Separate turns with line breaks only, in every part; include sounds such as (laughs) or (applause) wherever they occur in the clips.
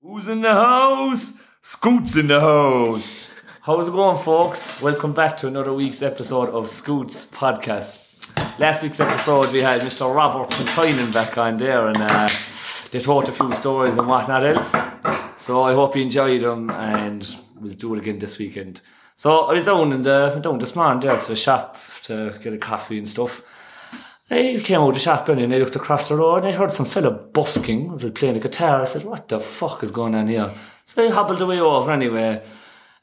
Who's in the house? Scoots in the house. How's it going, folks? Welcome back to another week's episode of Scoots Podcast. Last week's episode, we had Mr. Robert from Tynan back on there, and uh, they told a few stories and whatnot else. So I hope you enjoyed them, and we'll do it again this weekend. So I was down in the down this morning there to the shop to get a coffee and stuff. I came out of the shop and I looked across the road and I heard some fella busking, was playing a guitar. I said, What the fuck is going on here? So I hobbled away over anyway.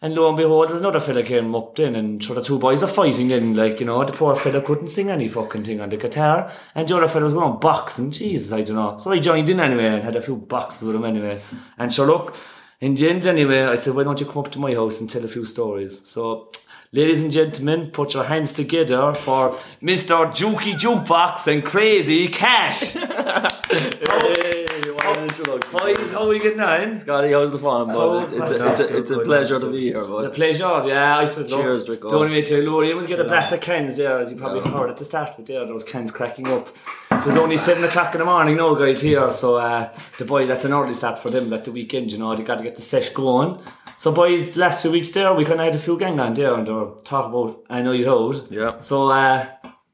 And lo and behold, there's another fella came up then and sure the two boys are fighting then, like, you know, the poor fella couldn't sing any fucking thing on the guitar. And the other fella was going boxing, Jesus, I don't know. So I joined in anyway and had a few boxes with him anyway. And sure look, in the end anyway, I said, Why don't you come up to my house and tell a few stories? So Ladies and gentlemen, put your hands together for Mr. Jukey Jukebox and Crazy Cash. Boys, how are we getting on?
Scotty, how's the farm, bud?
Oh,
it's, a,
that's
it's,
good,
a, it's a
good,
pleasure
that's good.
to be here,
The
bud.
pleasure, yeah, I said,
Cheers,
look,
Draco.
The only way to Lord, you must get a blast of cans there, as you probably heard at the start, but there, those cans cracking up. It was only 7 o'clock in the morning now, guys, here, so uh, the boys, that's an early start for them, that the weekend, you know, they got to get the sesh going. So, boys, the last two weeks there, we kind of had a few gang on there, and they were talking about a night out.
Yeah.
So, uh,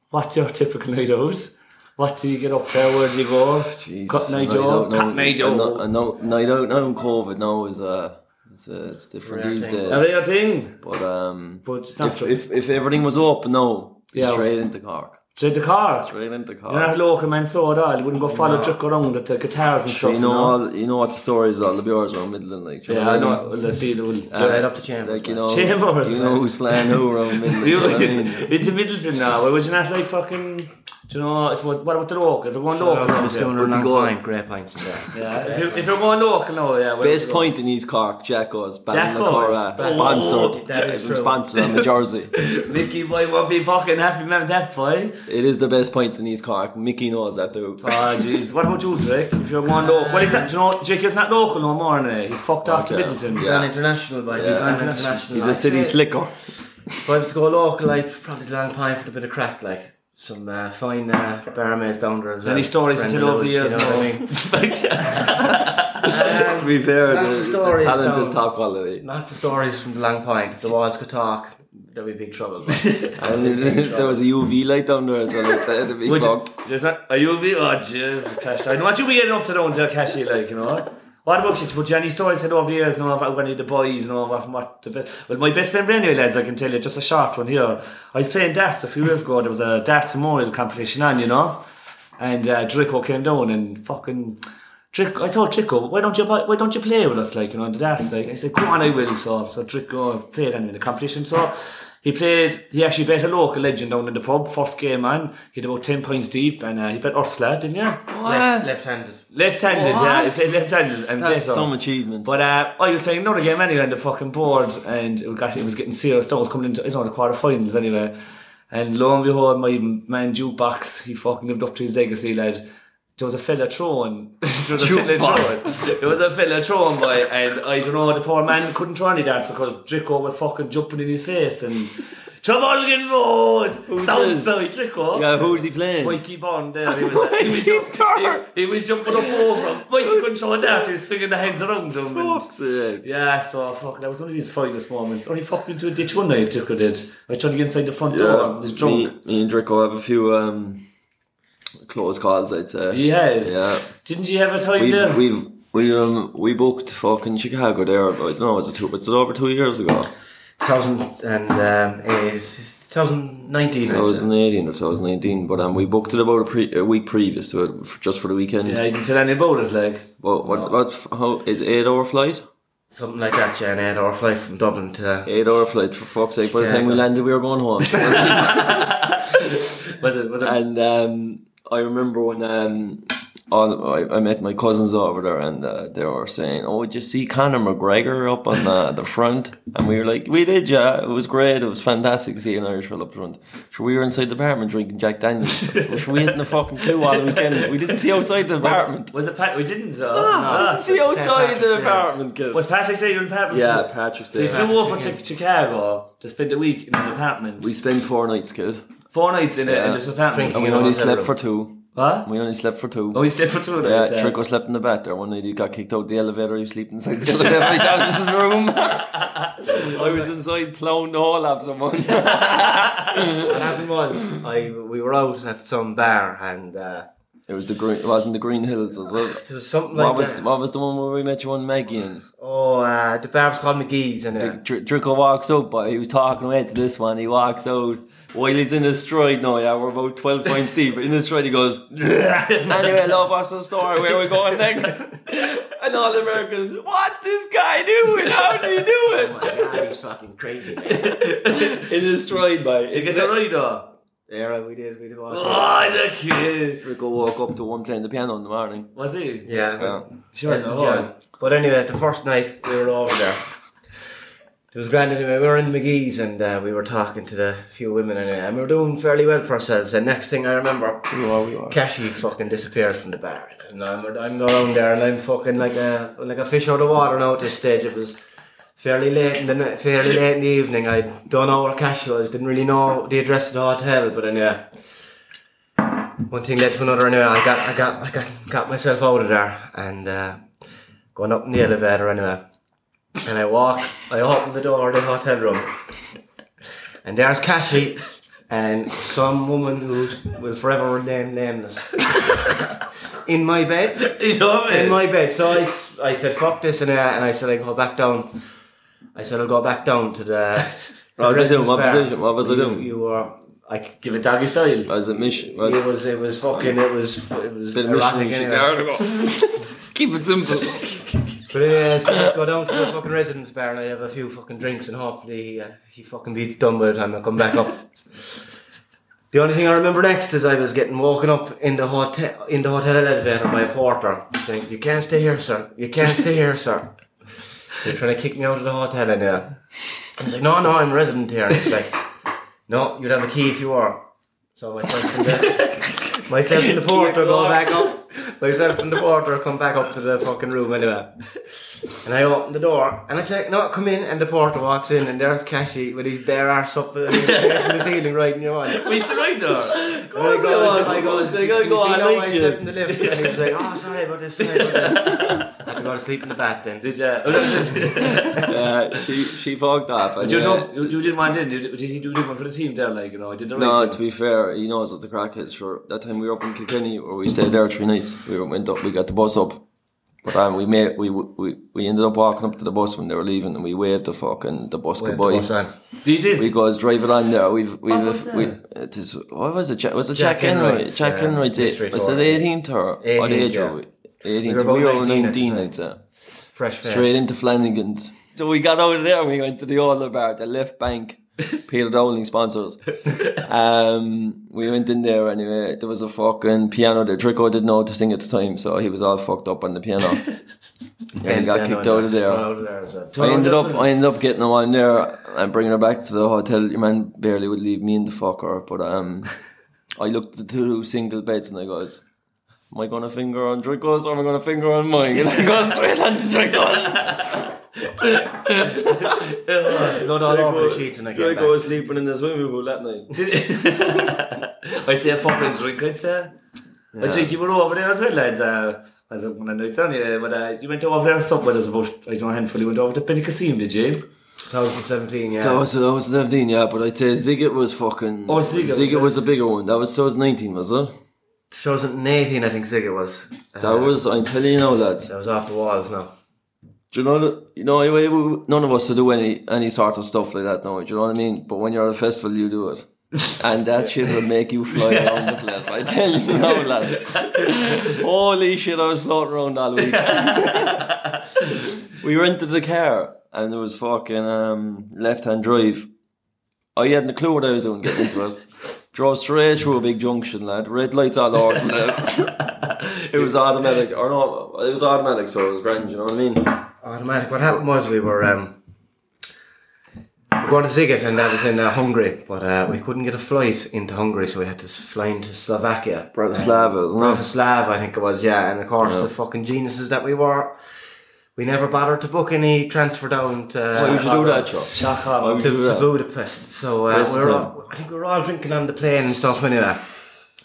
what's your typical night out? What do you get up there? Where do you go? Cut
I
night
don't
out.
know.
Cut night
I know- I
out.
know- night out now in COVID now is uh, it's, uh, it's different these
Are
days.
they your thing?
But um,
But it's not
if,
true.
if if everything was up, no,
Yeah.
straight into Cork,
Straight the car.
straight into Cork.
You're not local man so at all. You wouldn't go follow Chuck around at the guitars and stuff.
You know,
no?
all, you know what the stories are. The beers are middling, like do you
Yeah, I
what
know. Well, let's see. We'll,
mean?
Straight up to Chambers,
Like you know,
Chambers,
you
man.
know who's flying who around middling. you know what I mean?
into Middleton now. Why would you not like fucking? Do you know? I suppose, what about the local? If you're going local,
I
now,
was going
yeah.
to
Where'd
long
you go?
pint, grey pints in there.
yeah. If, you're, if you're going local, no, yeah. where
Base
would you go?
point in East Cork, Jacko's,
Jacko's.
Ballinacora,
Oh,
sponsored,
that is true.
sponsored on the jersey.
Mickey boy won't be fucking happy man. That boy.
It is the best point in East Cork. Mickey knows that dude.
Oh jeez. What about you, Drake? If you're going local, well, he's not. Do you know, Jake is not local no more. Now. He's fucked off to
Okay.
Middleton. (laughs)
Yeah.
Gone international, by yeah. gone
International.
(laughs)
international.
He's a city
I'd say
slicker.
If I was to go local, I'd probably long pint for a bit of crack, like some uh, fine uh, barmaids down there as well.
Any stories to
Brenda
tell over the years?
Lewis, you know what I
no.
mean?
to be fair, the,
Lots of
the
stories
talent
down.
is top quality.
Um, (laughs) Lots of stories from the long pint. If the walls could talk, there'd be big trouble. (laughs)
And
(laughs)
if (laughs) there was a UV light down there, so it's uh, to be
Would you,
fucked.
there's not, are you a bit, oh Jesus, Cash, I know what you be getting up to now until Cashy, like, you know. What about you? Would you any stories said over the years, you know, about any of the boys, you know, what, what the best, well, my best memory anyway, lads, I can tell you, just a short one here. I was playing darts a few years ago, there was a darts memorial competition on, you know, and uh, Draco came down and fucking, Trick, I told Trico, why don't you buy, why don't you play with us like you know the darts like I said, come on I will so so Trico played anyway in the competition so he played he actually bet a local legend down in the pub first game man he had about 10 points deep and uh, he bet Ursula didn't you?
Left, left-handed.
left handed yeah he played left handed and bet
That's
her.
some achievement.
But uh, I was playing another game anyway on the fucking board, and it got it was getting serious. That was coming into you know, the quarterfinals anyway. And lo and behold, my man Jukebox, he fucking lived up to his legacy, lad. There was a fella throwing. (laughs) there was a fella throwing. There was a fella throwing, boy, and I don't know, the poor man couldn't throw any darts because Draco was fucking jumping in his face and. Trafalgar Road! Sounds
this?
like Draco.
yeah, who's he playing?
Mikey Bond there. He was, he was, jump, he, he was jumping up over him. Mikey couldn't throw a dart, he was swinging the heads around him. and-
Fuck's sake.
yeah, so oh, fuck, that was one of his finest moments. Only fucked me into a ditch one night, Tucker did. I was trying to get inside the front door, I was
me,
drunk.
me and Draco have a few um, close calls, I'd say.
Yeah.
Yeah.
Didn't you have a time
We've,
there?
we've, we, um, we booked fucking Chicago there, about, I don't know, was it two, was it over two years ago?
um, 2019, I said.
2018 or 2019, but um, we booked it about a, pre- a week previous to it, f just for the weekend.
yeah, you didn't tell any about us, like.
What, what, what, f- how, is it eight hour flight?
Something like that, yeah, an eight-hour flight from Dublin to...
Eight hour flight, for fuck's sake. By the
Yeah.
time we landed, we were going home.
Was it? Was it?
and um, I remember when um, all, I, I met my cousins over there and uh, they were saying, Oh, did you see Conor McGregor up on the, the front? And we were like, We did, yeah. It was great. It was fantastic to see an Irish fella up front. So we were inside the apartment drinking
(laughs)
Jack Daniels, which we hadn't a fucking clue all weekend. We didn't see outside the apartment.
was it Pat? We didn't, so.
I
Ah,
didn't see outside
Patrick's
the
there.
apartment, kid.
Was Patrick there? You and Pat?
Yeah, Patrick's
So you
there.
flew over to Chicago to spend a week in an apartment.
we spent four nights, kid.
Four nights in, a, in this apartment.
Drinking
And we
In a
only
hotel
slept
room.
for two.
What?
We only slept for two.
Oh, he slept for two
yeah,
nights. eh? (laughs)
Trico slept in the back there. One night he got kicked out the elevator. He was sleeping inside the elevator. He down his room. I was inside plowing the whole of someone.
What happened was, I we were out at some bar and uh,
It was the green. It wasn't the Green Hills. Was it?
there was something like
What was
that.
what was the one where we met you and Maggie in?
Oh, uh, the bar was called McGee's and uh,
Dr- Drico walks out, but he was talking away to this one. He walks out while he's in his stride. No, yeah, we're about twelve points deep. In his stride, he goes. anyway, love what's the story? Where we going next? and all the Americans, what's this guy doing? How did he
oh (laughs) my
do
God, he's fucking crazy. Man.
it? in his stride, mate.
Did you get the ride though?
yeah, right, we did, we did. all that.
Oh, the kid.
Drico woke up to one playing the piano in the morning.
Was he?
Yeah, but-
Yeah.
Sure, no.
Yeah. But anyway, the first night we were over there, it was grand anyway. We were in McGee's and uh, we were talking to the few women in it, and we were doing fairly well for ourselves. And next thing I remember, Cashy fucking disappeared from the bar, and I'm, I'm around there, and I'm fucking like a like a fish out of water now. At this stage, it was. Fairly late in the ni- fairly late in the evening. I don't know where Cash was. Didn't really know the address of the hotel, but anyway, one thing led to another. Anyway, I got I got I got got myself out of there, and uh, going up in the elevator anyway. And I walk, I open the door of the hotel room, and there's Cassie and some woman who will forever remain nameless in my bed.
You know
In
it.
my bed. So I, s- I said, fuck this, and, uh, and I said, I go back down. I said, I'll go back down to the.
(laughs)
to
What
the
was I doing? What
breakfast bar."
position? What was I
You-
doing?
You were. I,
Give it doggy style.
Was it Mich? Was
it was it was fucking it was it was
bit of
erotic
missionary
anyway.
(laughs) shit. Keep it simple.
But anyway, so I go down to the fucking residence bar and I have a few fucking drinks and hopefully uh, he fucking be done by the time I come back up. the only thing I remember next is I was getting woken up in the hotel in the hotel elevator by a porter saying, "You can't stay here, sir. You can't stay here, sir." They're trying to kick me out of the hotel and uh, I was like, "No, no, I'm resident here." And he's like, "No, you'd have a key if you were." So myself and the, myself and the porter go back up. Myself and the porter come back up to the fucking room anyway. And I open the door and I say, no, come in. And the porter walks in and there's Cashy with his bare arse up
(laughs)
in the ceiling right in your eye.
We used to ride though.
And I
on,
I
go on,
"See-
say, go,
you
go,
see
I
how
like
I
you."
slept in the lift. And he was like, oh, sorry about this. Sorry about this.
(laughs)
I had to go to sleep in the bath
(laughs)
then.
Did you? Oh, that was it.
Yeah, uh, she she fogged off. and,
But you,
uh,
don't, you, you didn't mind in. You, did did he do one for the team there? Like, you know, I did the right
No,
thing.
to be fair, he knows that the crack hits. Sure, that time we were up in Kilkenny, or we stayed there three nights. We went up, we got the bus up, but um, we made we we we ended up walking up to the bus when they were leaving, and we waved the fucking the bus goodbye.
You did.
we guys drive it on there. We've we've
was
we, it is, what was it? Jack, was it
Jack
Jack, Enright?
Enright's,
Jack
um,
Enright's eight-
district
was it
or-
eighteenth or what
18th,
age
yeah.
were we? Eighteenth.
We were
We
about
were
19 at the
nineteen.
time.
I'd say.
Fresh face.
Straight into Flanagan's. So we got out of there and we went to the other bar, the left
(laughs)
bank. Peter Dowling sponsors. Um, we went in there anyway. There was a fucking piano that Draco didn't know how to sing at the time, so he was all fucked up on the
(laughs)
piano. and he got
Yeah, no,
kicked
no,
out of
thrown
there.
Out of there as well.
I ended up, I ended up getting her on there and bringing her back to the hotel. Your man barely would leave me in the fucker, but (laughs) um, I looked at the two single beds and I goes, "Am I gonna finger on Draco's or am I gonna finger on mine?" (laughs) And I go straight on to (laughs) Draco's.
Blood all over the sheets and I came
Draco
back.
was sleeping in the swimming pool that
(laughs)
night.
I'd say a fucking drink, I'd say. I think you were over there as well, lads. Uh, as I'm going to tell you, but uh, you went over there somewhere, there's about, I don't know, a handful. You went over to Pinnicasim, did you?
2017, yeah.
That was that was seventeen, yeah. But I'd say Ziggit was fucking.
Oh, Ziggit was
Ziggit
it?
was a bigger one. That was 2019, was it?
2018, I think Ziggy was. Uh,
That was. I'm telling you now, lads.
that was off the walls now.
Do you know that? You know, we- we- none of us would do any any sort of stuff like that now. Do you know what I mean? But when you're at a festival, you do it. And that shit will make you fly around the place. I tell you now, lads. Holy shit, I was floating around all week. we rented the car and it was fucking um, left hand drive. I hadn't a clue what I was doing getting into it. Drove straight through a big junction, lad. Red lights all over the left. it was automatic, or no, it was automatic, so it was grand, you know what I mean?
automatic. What happened was we were um, we going to Ziggit, and that was in uh, Hungary, but uh, we couldn't get a flight into Hungary, so we had to s- fly into Slovakia,
Bratislava, isn't it?
Bratislava, I think it was. Yeah, and of course the fucking geniuses that we were, we never bothered to book any transfer down to. uh,
Why would you do that, Joe?
Shock
Why
horror.
would you
to,
do
to
that?
Budapest. So uh,
Waste
we were
time.
all, I think we were all drinking on the plane and stuff anyway.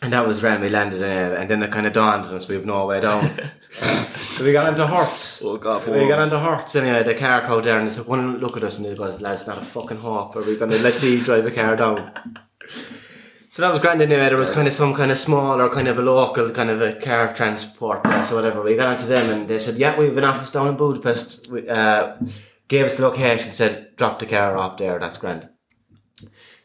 And that was when we landed, uh, and then it kind of dawned on us we have no
(laughs)
way down. so we got into Hertz.
Oh, God,
we
poor.
got into Hertz, and uh, the car code there, and they took one look at us, and they goes, lads, not a fucking hope. Are we going to
(laughs)
let you drive a car down? So that was grand anyway. There was kind of some kind of smaller, kind of a local, kind of a car transport place or whatever. We got onto them and they said, "Yeah, we have an office down in Budapest." We, uh, gave us the location, said, "Drop the car off there. That's grand."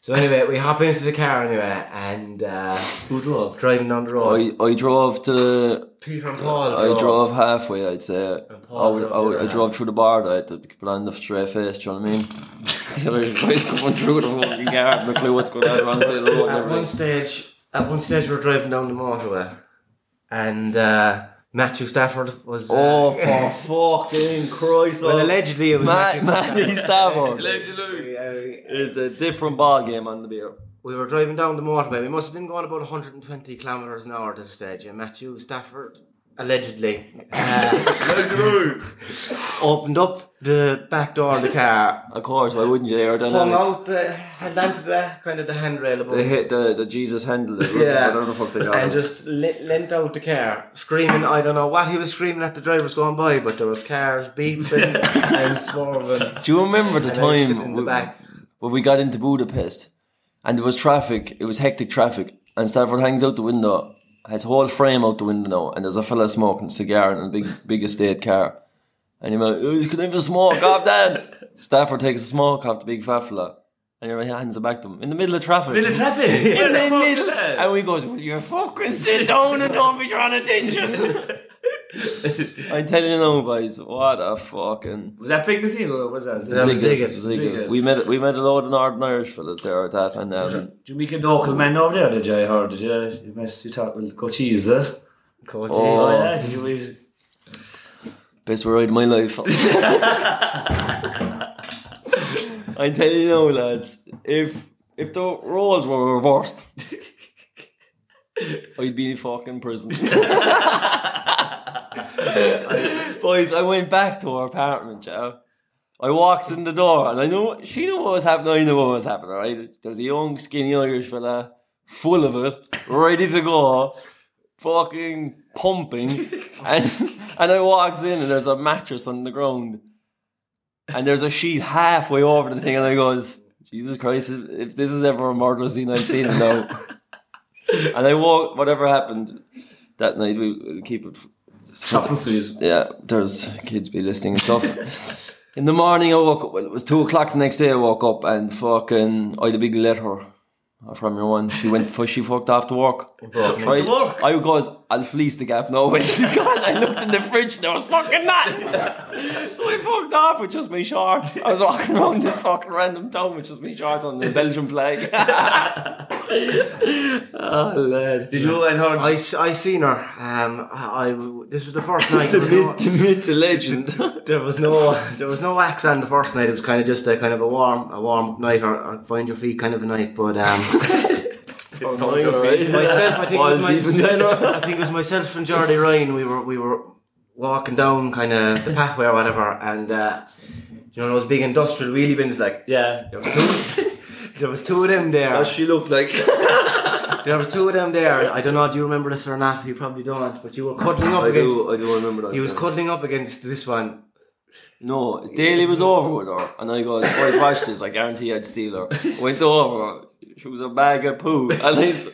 So anyway, we hop into the car anyway, and uh, who drove? Driving down the road.
I, I drove to the.
Peter and Paul.
I drove halfway, I'd say. I,
Paul
would- I,
drove the
would- I
other
drove through the bar, I had to blind the straight face, do you know what I mean? (laughs) the other guys coming through the fucking car, no clue what's going on around the side of the road and
At one
everything.
stage, at one stage, we were driving down the motorway, and uh, Matthew Stafford was. Uh, (laughs)
Oh, for fucking Christ.
well,
oh.
allegedly it was
Ma-
Matthew
Matthew Stafford
Allegedly.
Stafford.
is a different ball game on the beer.
We were driving down the motorway. We must have been going about 120 kilometres an hour at this stage. And Matthew Stafford, allegedly, (laughs) uh, (laughs) opened up the back door of the car,
Of course, why wouldn't you? Or then
hung
it's-
out the, held onto the kind of the handrail above,
They hit the, the Jesus handle.
Yeah.
Yeah. Whatever the fuck they got.
and just le- leant out the car, screaming. I don't know what he was screaming at the drivers going by, but there was
(laughs)
cars beeping and swerving.
Do you remember the
And I was sitting
time
in the
w-
back.
when we got into Budapest and there was traffic? It was hectic traffic, and Stafford hangs out the window, has whole frame out the window now, and there's a fella smoking a cigar in a big big estate car, and you're like, "Oh, "You can have a smoke
(laughs)
off that." Stafford takes a smoke off the big fat fella, and he hands it back to him in the middle of traffic.
Bit of
(laughs)
traffic.
in
Where
the
fuck
middle,
was that?
and we goes, "Will you fucking sit down and don't be drawing
(laughs)
attention?" I tell you now, boys, what a fucking.
Was that pregnancy or what was that?
That was
Ziggler,
Ziggler.
Ziggler.
Ziggler.
We met we met a load of Northern Irish fellas there at that, and um,
Jamaican local man over there, did you? I heard, did you? You, must, you talk with Cochise, is it?
Cool,
Oh.
Oh,
geez.
yeah, did you?
best ride of my life. I tell you now, lads, if if the roles were reversed, I'd be in fucking prison. Boys, I went back to her apartment, Joe. I walks in the door and I know she knew what was happening, I knew what was happening, right? There was a young, skinny Irish fella, full of it, ready to go, fucking pumping. And and I walks in and there's a mattress on the ground. And there's a sheet halfway over the thing, and I goes, Jesus Christ, if if this is ever a murder scene, I've seen it now. and I walk whatever happened that night, we we'll keep it
Chopped and sweet.
yeah, there's kids be listening and stuff. In the morning, I woke up. Well, it was two o'clock the next day. I woke up and fucking, I had a big letter from your one. She went, (laughs) fu- she fucked off to work. Right?
work.
I goes, I'll fleece the gaff now (laughs) when she's gone. I looked in the fridge, there was fucking nothing. so I fucked off with just my shorts. I was walking around this fucking random town with just my shorts on the Belgian flag. (laughs) oh, lad.
Did you and her?
I, s- I seen her. Um, I, I- this was the first night.
The
there was no-
myth, (laughs) the myth, the legend.
there was no there was no wax on the first night. It was kind of just a kind of a warm a warm night or, or find your feet kind of a night. But um, myself, I
(laughs)
think it was
even then,
my, I think it was myself and Jordy Ryan. We were we were walking down kind of the pathway or whatever, and uh, you know those big industrial wheelie bins. Like
yeah.
there was two, there was two of them there.
she looked like.
There was two of them there. I don't know. Do you remember this or not? You probably don't. But you were cuddling up
I
against.
do, I do remember that.
He was
yeah.
cuddling up against this one.
No, Daly was over with her, and I goes, boys, watch this, I guarantee I'd steal her. Went over, she was a bag of poo. (laughs) At least,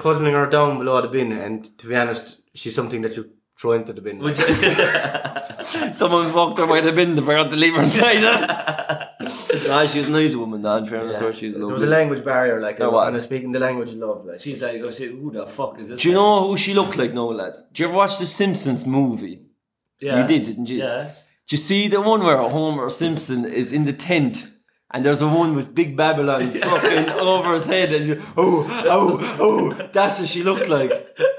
cuddling her down below the bin, and to be honest, she's something that you throw into the bin.
Would
(laughs)
you-
someone fucked her by the bin, they forgot to leave her inside. (laughs) nah, she was a nice woman, though, in fairness, yeah. she was
there
lovely.
was a language barrier, like
There
they were kind
was.
of speaking the language of love. Like.
She's like, I say, who the fuck is this?
Do you know who she looked like, no, lad? Do you ever watch the Simpsons movie?
Yeah.
You did, didn't you?
Yeah.
Do you see the one where Homer Simpson is in the tent? And there's a one with big
(laughs)
Babylon fucking over his head, and you, oh, oh, oh, that's what she looked like.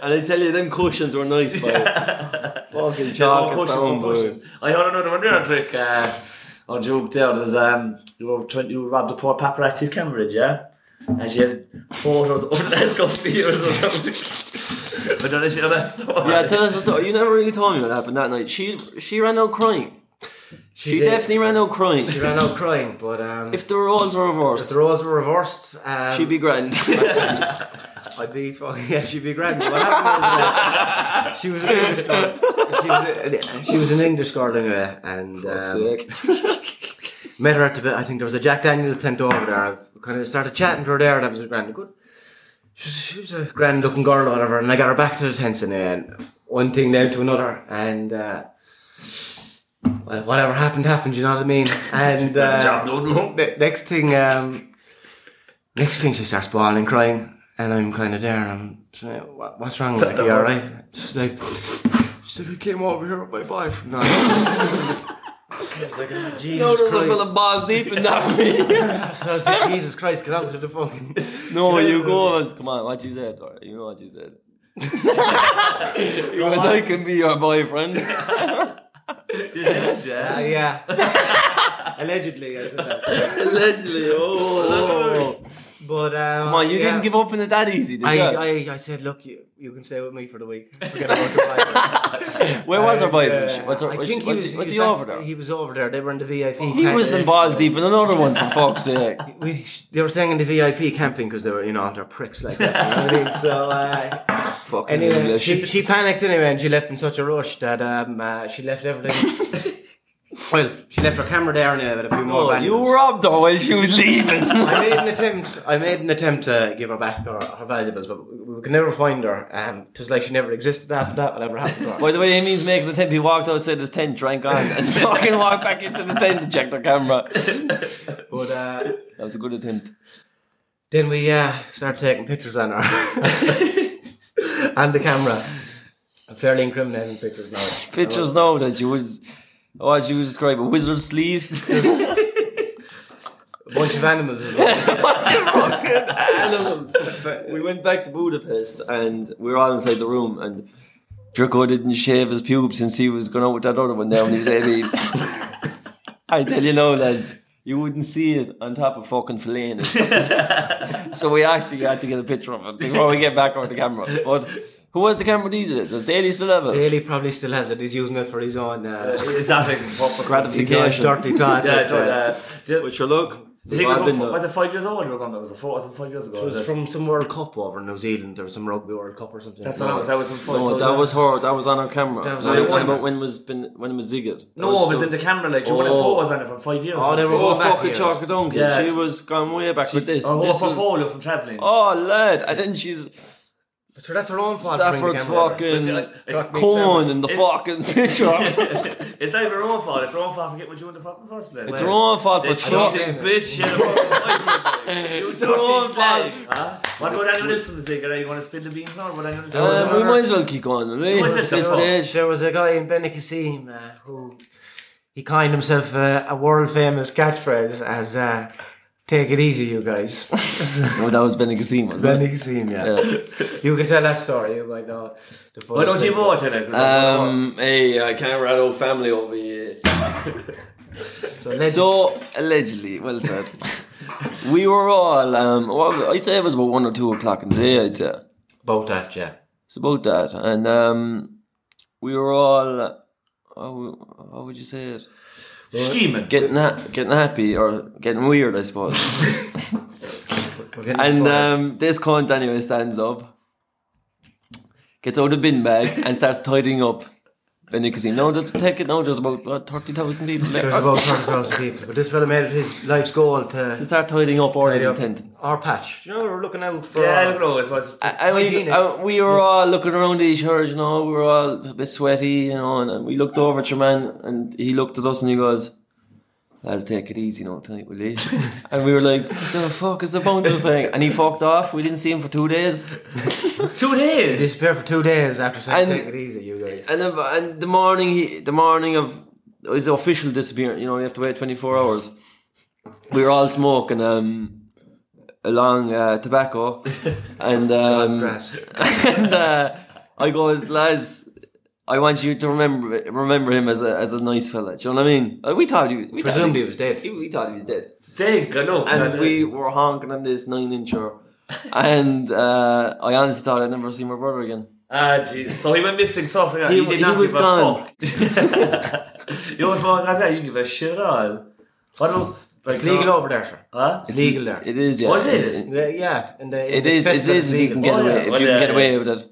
And I tell you, them cushions were nice,
(laughs)
boy. Fucking
Oh,
chalk and
cushion,
brown,
oh,
boy.
cushion. I heard another one there, Trick. Uh, I joked there. There's, um, you were trying to rob the poor paparazzi's camera, did ya? And she had photos of the last couple of years or something. I don't know if you know that story.
Yeah, tell us a story. You never really told me what happened that night. She she ran out crying. She,
did.
definitely ran out crying.
She ran out crying, but um, if
If the roles were reversed, (laughs)
(laughs) the roles were reversed, um,
she'd be grand.
I'd be fucking yeah, she'd be grand. What happened was, uh, she was an English girl. She was, a, she was an English girl anyway, and um, (laughs) met her at the. bit- I think there was a Jack Daniel's tent over there. I kind of started chatting to her there, and I was grand. Good. She was, she was a grand looking girl or whatever, and I got her back to the tent, and then one thing led to another, and. Uh, well, whatever happened happened, you know what I mean? And uh,
Job done. whoop.
Ne- next thing, um, next thing, she starts bawling, crying, and I'm kind of there. And I'm just like, "What- what's wrong? Like, you all right? She's like, she's like, I came over here with my boyfriend. And
(laughs)
I was like, oh, Jesus
No, there's a
Christ.
fella balls deep in
(laughs)
that me.
So I was like, Jesus Christ, get out of the fucking.
No, you go. Come on, what you said, Dora. You know what you
(laughs)
said. Because I can be your
(laughs)
boyfriend.
(laughs)
(laughs)
Uh, yeah. (laughs) Allegedly, I said that.
Allegedly. Oh.
But um,
Come on, you
yeah.
didn't give up on it that easy, did
I,
you?
I, I said, look, you, you can stay with me for the week. Forget about
(laughs)
the boyfriend.
Where was her boyfriend?
Yeah.
was her, was, she- was, he- was he
back-
over there? He,
He was over there. They were in the VIP.
was in balls deep in another one, for
(laughs)
fuck's sake.
We, they were staying in the VIP camping because they were, you know, they're pricks like that. You know what I mean?
(laughs)
So uh,
Fucking
anyway,
English.
she, she panicked anyway, and she left in such a rush that um, uh, she left everything.
(laughs)
well, she left her camera there anyway, with a few more.
oh, you
valuables.
robbed her while she was leaving.
(laughs) I made an attempt. I made an attempt to give her back her, her valuables, but we, we could never find her. Um, just like she never existed after that. Whatever happened to her.
(laughs) By the way, Amy's making the tent. He walked outside his tent, drank on, and (laughs) fucking walked back into the tent to check the
(laughs)
camera. That
But uh,
was a good attempt.
Then we uh, started taking pictures on
(laughs)
her (laughs) and the camera. I'm fairly incriminating pictures now.
Pictures know that you was, what you describe, a wizard (laughs) sleeve.
A bunch of animals as (laughs) well.
animals. We went back to Budapest and we were all inside the room and Draco didn't shave his pubes since he was going out with that other one there when he was (laughs) 18. I tell you now, lads, you wouldn't see it on top of fucking (laughs) Fellaini. so we actually had to get a picture of it before we get back on the camera. But who has the camera these days? Does Daly still have it?
Daly probably still has it. He's using it for (laughs) his own, uh,
Is that a purpose?
his own
Gratification.
dirty thoughts.
Yeah,
I'd
so,
say.
uh, the-
But sure, look.
the thing was, what, was it five years old? You were going back? Was it four? Was it five years ago?
it
was
was
it?
from some World Cup over in New Zealand. There was some Rugby World Cup or something.
That's what I was. That was in five.
No, Oh, that was her. That was on her camera.
That was
So
on
I
her
was talking
camera.
about when was been when was Zigged.
No, it was in the camera. Like, do you want
Oh.
to was on it from five years?
Oh, they were
Oh,
all back
fucking
here.
Chaka Donkey.
Yeah.
She was gone way back with this.
Oh,
this
for
was-
Folio from travelling.
oh, lad. And then she's
So that's her own fault. for bringing the
Stafford's
camera over.
fucking
But, uh, it's-
corn in the
It-
(laughs)
fucking picture.
(laughs) it's not even her own fault. It's her own fault for getting what you in the fucking first place.
It's her own fault for
It's your
Chuck.
fucking-
bitch. you
(laughs)
know. You
her own
dirty slag. Huh? What about anyone else from the zig? Are you going to spill the beans now? or What anyone else?
Um,
from
we
the-
might as well keep on, eh?
might as well
At this
keep on.
stage.
There was a guy in Benicassim uh, who he coined himself uh, a world famous catchphrase as uh, "Take it easy, you (laughs) guys."
No, that was Benny Cassim, wasn't it?
Benicassim, yeah.
Yeah.
You can tell that story. You might know. The full
Why don't you
thing.
vote in it?
Um, hey, I can't rat old family over here.
So, let's,
So allegedly, well
(laughs)
said. we were all um, well, I'd say it was about one or two o'clock in the day. I'd say.
about that, yeah.
It's about that, and um, we were all. How, w- how would you say it?
Steaming.
Getting ha- getting happy or getting weird, I
(laughs)
suppose.
We're getting
and
inspired.
um, this cunt anyway stands up, gets out of bin bag, and starts tidying up. Then you can see, no, that's take it. No, there's about what, thirty thousand people (laughs)
there's
there.
about twenty thousand people, but this fella made it his life's goal
To
to
start tidying up our
tidy
little
up
tent.
our patch. You know, we're looking out for.
Yeah, I don't know. It was.
I mean,
Hygienic.
uh, we were all looking around each other, you know, we were all a bit sweaty, you know, and, and we looked over at your man and he looked at us and he goes, Lads, take it easy now tonight, will you? and we were like, What the fuck is the bouncer saying? And he fucked off. We didn't see him for two days.
Two days.
disappear for two days after saying
And-
"Take it easy, you guys."
And the, and the morning, he, the morning of his official disappearance, you know, you have to wait 24 hours. We were all smoking um, along uh, tobacco and. Um,
Grass.
and uh, I goes, lads, I want you to remember remember him as a as a nice fella. Do you know what I mean? Like, we thought he we thought
Presumably,
he,
it was dead.
he- we thought he was dead,
Dig. I know.
and we were honking on this nine incher, and uh, I honestly thought I'd never see my brother again.
Ah, jeez. So he went missing something. He,
He-
he did
he
not
was
give
gone.
(laughs) a fuck. you was one guy. You give a shit at all. What about? Like,
It's legal over there, sir.
Huh?
It's legal there.
It is, yeah.
Was it?
It's-
Yeah, yeah. And the,
It is. It is. If you can get
Oh, yeah.
away, if
Well,
you
yeah,
can get
yeah.
away with it,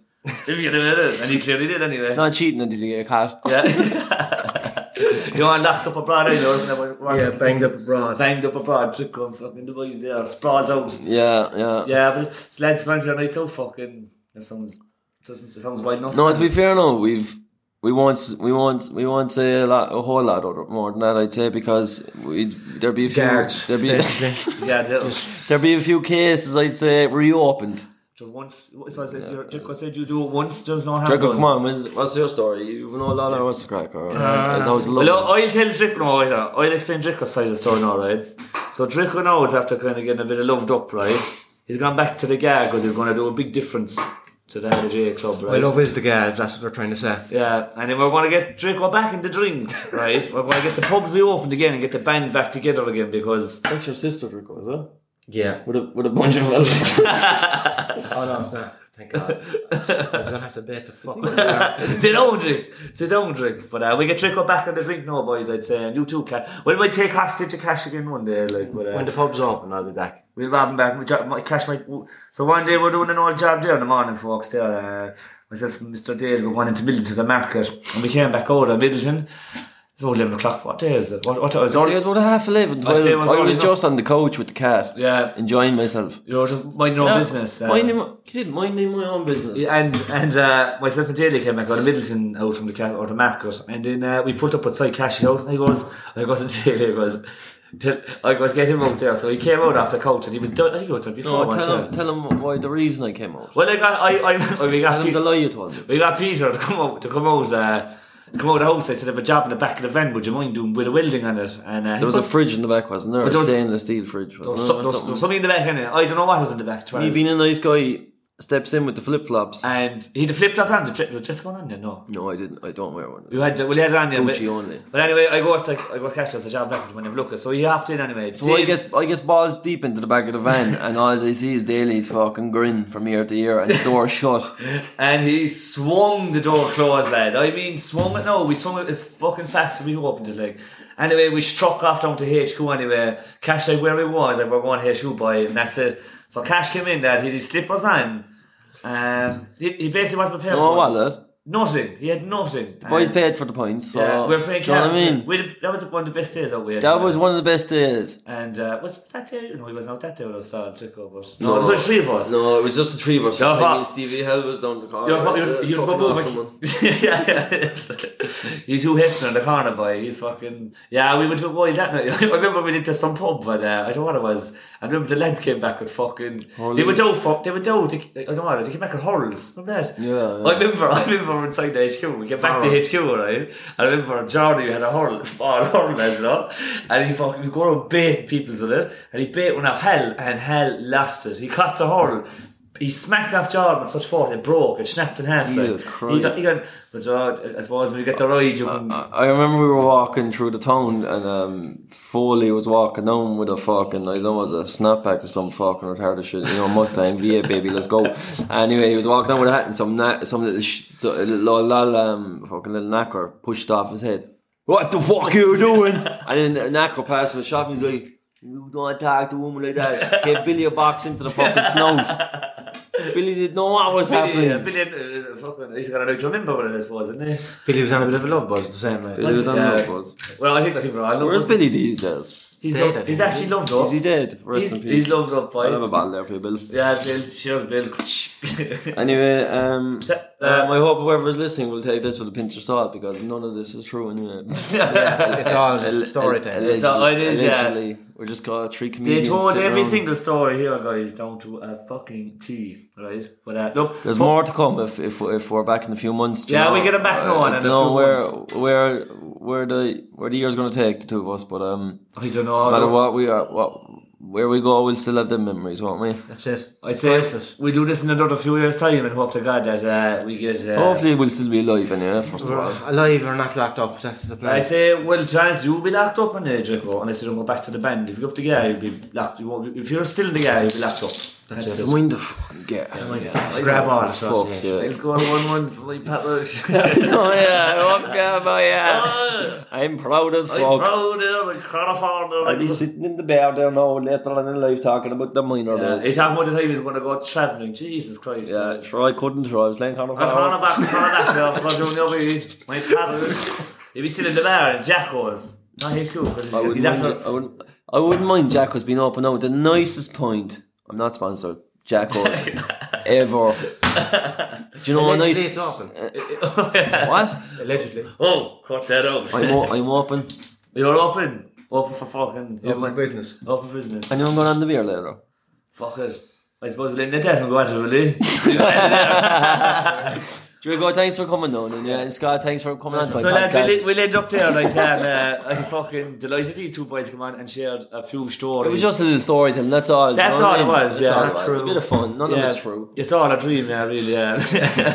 If you do it, and he clearly did anyway.
it's not cheating until you get caught.
yeah. (laughs) you are locked up eh, abroad, I know.
Oh, Yeah, bangs up abroad.
Banged up abroad, took on fucking the boys there, sprawled out.
(laughs) Yeah, yeah.
Yeah, but it's lads' man's are night out fucking. That sounds, doesn't, that sounds wide enough.
No, to be fair, no, we've we won't s- we won't we won't say a lot, a whole lot other, more than that. I'd say because we there'd be a few
Guards.
there'd be (laughs) a,
Yeah, that was.
there'd be a few cases I'd say reopened.
Just once, what's was this? Your Jacob said you do it once, does not happen.
Draco, come on, what's, what's your story? You know a lot of what's the crack, or
Uh,
it's always a
Well,
little.
I'll tell Draco now, right? now. I'll explain Draco's side of the story now, right? So Draco knows after kind of getting a bit of loved up, right? He's gone back to the gag because he's going to do a big difference to the Harry J club, right?
I love is the guys. That's what they're trying to say.
Yeah, and then we're going to get Draco back in the drink, right? we're going to get the pubs reopened again and get the band back together again because (laughs)
That's your sister, Draco, is it?
Yeah.
With a with a bunch of (laughs) fellas.
Oh no, it's not. Thank God. I was gonna have to bet the fuck out of that.
they don't drink, they don't drink. But uh, we get Draco back on the drink now, boys. I'd say, and you too, Cash. Well, we might take hostage of Cash again one day, like. But, uh,
When the pub's open, I'll be back.
We'll rob him back. We jo- my cash might. So one day we're doing an old job there in the morning, folks. There, uh, myself and Mr. Dale were going into Middleton to the market, and we came back out of Middleton. It's all eleven o'clock. What day is it? What? What? It was
So it
already,
was about half eleven,
I'd
twelve.
say
I
it was
was,
early enough.
just on the couch with the cat,
yeah,
enjoying myself.
you know, just minding your own business. uh,
minding my, kid, minding my own business.
and and uh, myself and Daly came back out of Middleton out from the ca- out of market, and then uh, we pulled up outside Cash's house, and he goes, I goes (laughs) and Daly goes, "Tell- I goes get him out there. So he came out after coach, and he was done. I think he was done before.
No,
one
Oh, tell
time.
him, tell him why the reason I came out.
Well, I got I I we got
Tell him
Pete-
the lie you told me.
we got Peter to come out to come out. Uh, Come out of the house, I said, I have a job in the back of the van, would you mind doing with a welding on it? And uh,
There was a fridge in the back, wasn't there? A
there was-
stainless steel fridge,
there was
wasn't there?
some- there was- there was something in the back, innit? I don't know what was in the back, to be
You
honest.
being a nice guy steps in with the flip flops.
And he had a flip flop on, the dress was dress going on there, no.
No, I didn't. I don't wear one.
You had, we had it on there. but-
Gucci only.
But anyway, I goes to, I goes cash to the job back when I look at. So he hopped in anyway.
So I get I get balls deep into the back of the van, (laughs) and all I see is Daly's fucking grin from ear to ear, and the (laughs) door shut.
and he swung the door closed, lad. I mean, swung it. No, we swung it as fucking fast as we opened it. Like anyway, we struck off down to HQ anyway. Cash like where he was, like we're going HQ boy, and that's it. So Cash came in, lad. He had his slippers on. Um, he, he basically wasn't prepared.
No
for it.
wallet.
Nothing. He had nothing.
Boys
And,
paid for the points. So,
yeah, we were playing
do you know what I
Cavs.
mean?
We had- that was one of the best days that we had.
That was one of the best days.
And uh, was that day? No, he wasn't out that day when I saw Chico, but no, it was like three of us.
No, it was just the three of us.
Yeah, Tiny but-
Stevie Hell was down the car.
You're, fu- you're, you're gonna move it. (laughs) yeah, yeah. it's- He's who Hefner in the corner boy. He's fucking yeah. We went to a boy that night. (laughs) I remember we went to some pub, but uh, I don't know what it was. I remember the lads came back with fucking. They were down. Fuck. They were down. They, I don't know. What, they came back with hurls. Remember that?
Yeah, yeah.
I remember. (laughs) I remember inside the HQ. We came back to HQ, right? I remember Jordy had a hurl, (laughs) small hurl, you know, and he fucking was going to bait people's with it, and he bait one off Hell, and Hell lost it. He caught the hurl. He smacked off Jordan with such force it broke, it snapped in half.
Jesus
like.
Christ.
He got, he got, but uh, I suppose when you get the ride, you can.
I remember we were walking through the town and um, Foley was walking down with a fucking, I don't know, it was a snapback or some fucking retarded shit, you know, Mustang, VA baby, let's go. Anyway, he was walking down with that and some na- some little, sh- so- a little, little um, fucking little knacker pushed off his head. What the fuck are you doing? and then the knacker passed him a shop and he's like, you don't talk to a woman like that. Gave Billy a box into the fucking snout. Billy didn't know what was
Billy, uh,
happening.
Billy, uh, fucking, he's got an out to remember what it is, wasn't he?
Billy was on a bit of a love buzz the same way.
Billy was on
Yeah.
the bus.
Well, I think that's even right.
Where's Billy these days?
He's,
Dead,
lo-
I
he's
think.
actually loved up.
Is he dead? Rest
He's,
in peace.
he's loved up
I have
by.
a bottle there for you, Bill.
Yeah, Bill. Cheers, Bill. (laughs)
Anyway, um,
Uh,
um, I hope whoever's listening will take this with a pinch of salt because none of this is true
(laughs)
anyway.
It's all just story
Al-
time.
allegedly-
It's all- it is, yeah.
allegedly, we're just called three
They
comedians.
told
sitting
every
around.
single story here, guys, down to a fucking T, right? But uh, look,
There's
but-
more to come if, if if we're back in a few months. do you
Yeah,
know?
we get 'em back
Uh,
now on
I
in
don't
a
know
few
where where where the where the year's going to take the two of us, but um,
I don't know.
no matter
look,
what we are, what where we go, we'll still have them memories, won't we?
That's it.
I'd say
Priceless.
we do this in another few years' time, and hope to God that uh, we get. Uh,
Hopefully, we'll still be alive anyway. First of all,
Alive or not locked up, that's the
I
plan.
say, well, Trans, you'll be locked up in there, Draco, unless you don't go back to the band. If you go up the guy, you'll be locked. You won't. Be, if you're still in the guy, you'll be locked up.
That's, it.
Mind the fucking get.
Grab on,
Fuck
sausage.
yeah.
going 1 1 for my Pat (laughs) Rush.
(laughs) Oh yeah, oh yeah, oh yeah.
I'm
I'm proud as fuck.
proud of the California.
I'll be sitting in the bar there now later on in life talking about the minor
Yeah,
days.
he's talking about the time he's going to go travelling. Jesus Christ.
Yeah, sure I couldn't sure I was playing Conor
I'm trying
Farrell.
to back that now because you'll never be my paddle. He'd be still in the bar and Jack goes. No, he's cool. 'cause
I
he's
wouldn't, mind,
actually.
I, wouldn't, I wouldn't mind Jacko's being open out. The nicest point, I'm not sponsored, (laughs) Jacko's ever. Do you know a
Allegedly
nice. uh,
it's open.
What?
Allegedly.
(laughs) Oh, cut that out.
I'm, o- I'm open.
You're open. Open for fucking.
Open for
Open,
business.
open business.
Anyone going on the beer (laughs) later?
Fuck it. I suppose we'll end it there and go at it, will
(laughs)
we?
Drago, thanks for coming on. And, yeah, and Scott, thanks for coming on to my
So lads,
podcast.
we'll, we'll end up there like that. Uh, I'm fucking delighted these two boys come on and shared a few stories.
It was just a little story time, that's all. do you
That's
know what
all
I mean?
it was,
That's
yeah.
all it
Not
was. A
true.
bit of fun. None
yeah,
of it's true.
It's all a dream now, really. Yeah.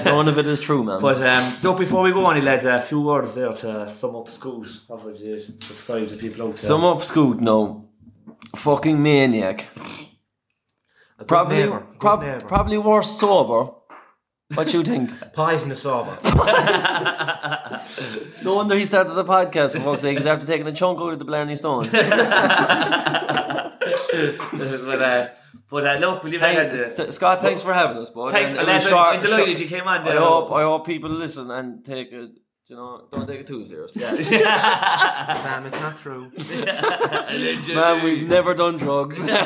(laughs)
None of it is true, man.
But um, though before we go on, lads, a few words there to sum up Scoot. What would you describe to people out there?
Sum up Scoot now. Fucking maniac.
A good
Probably,
neighbour, good
prob-
neighbour.
probably worse sober. What you think?
Poisonous over.
no wonder he started the podcast for fuck's sake. He's after taking a chunk out of the Blarney
(laughs)
Stone.
(laughs) but uh, but uh, look, will you
Thank-
that?
th- Scott, thanks for having us, boy.
Thanks,
And it
lads.
was short-
I'm delighted
short-
you came on.
I
there.
hope, I hope people listen and take it. You know, don't take it too seriously.
Ma'am, it's not true.
Man, we've never
(laughs)
done drugs.
Go on,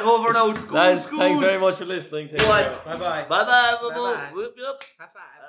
over and out. Scoot,
Guys,
Scoot.
thanks very much for listening. Take
Go on.
care.
Bye bye.
Bye bye.
Bye-bye.
Whoop, whoop.
High five.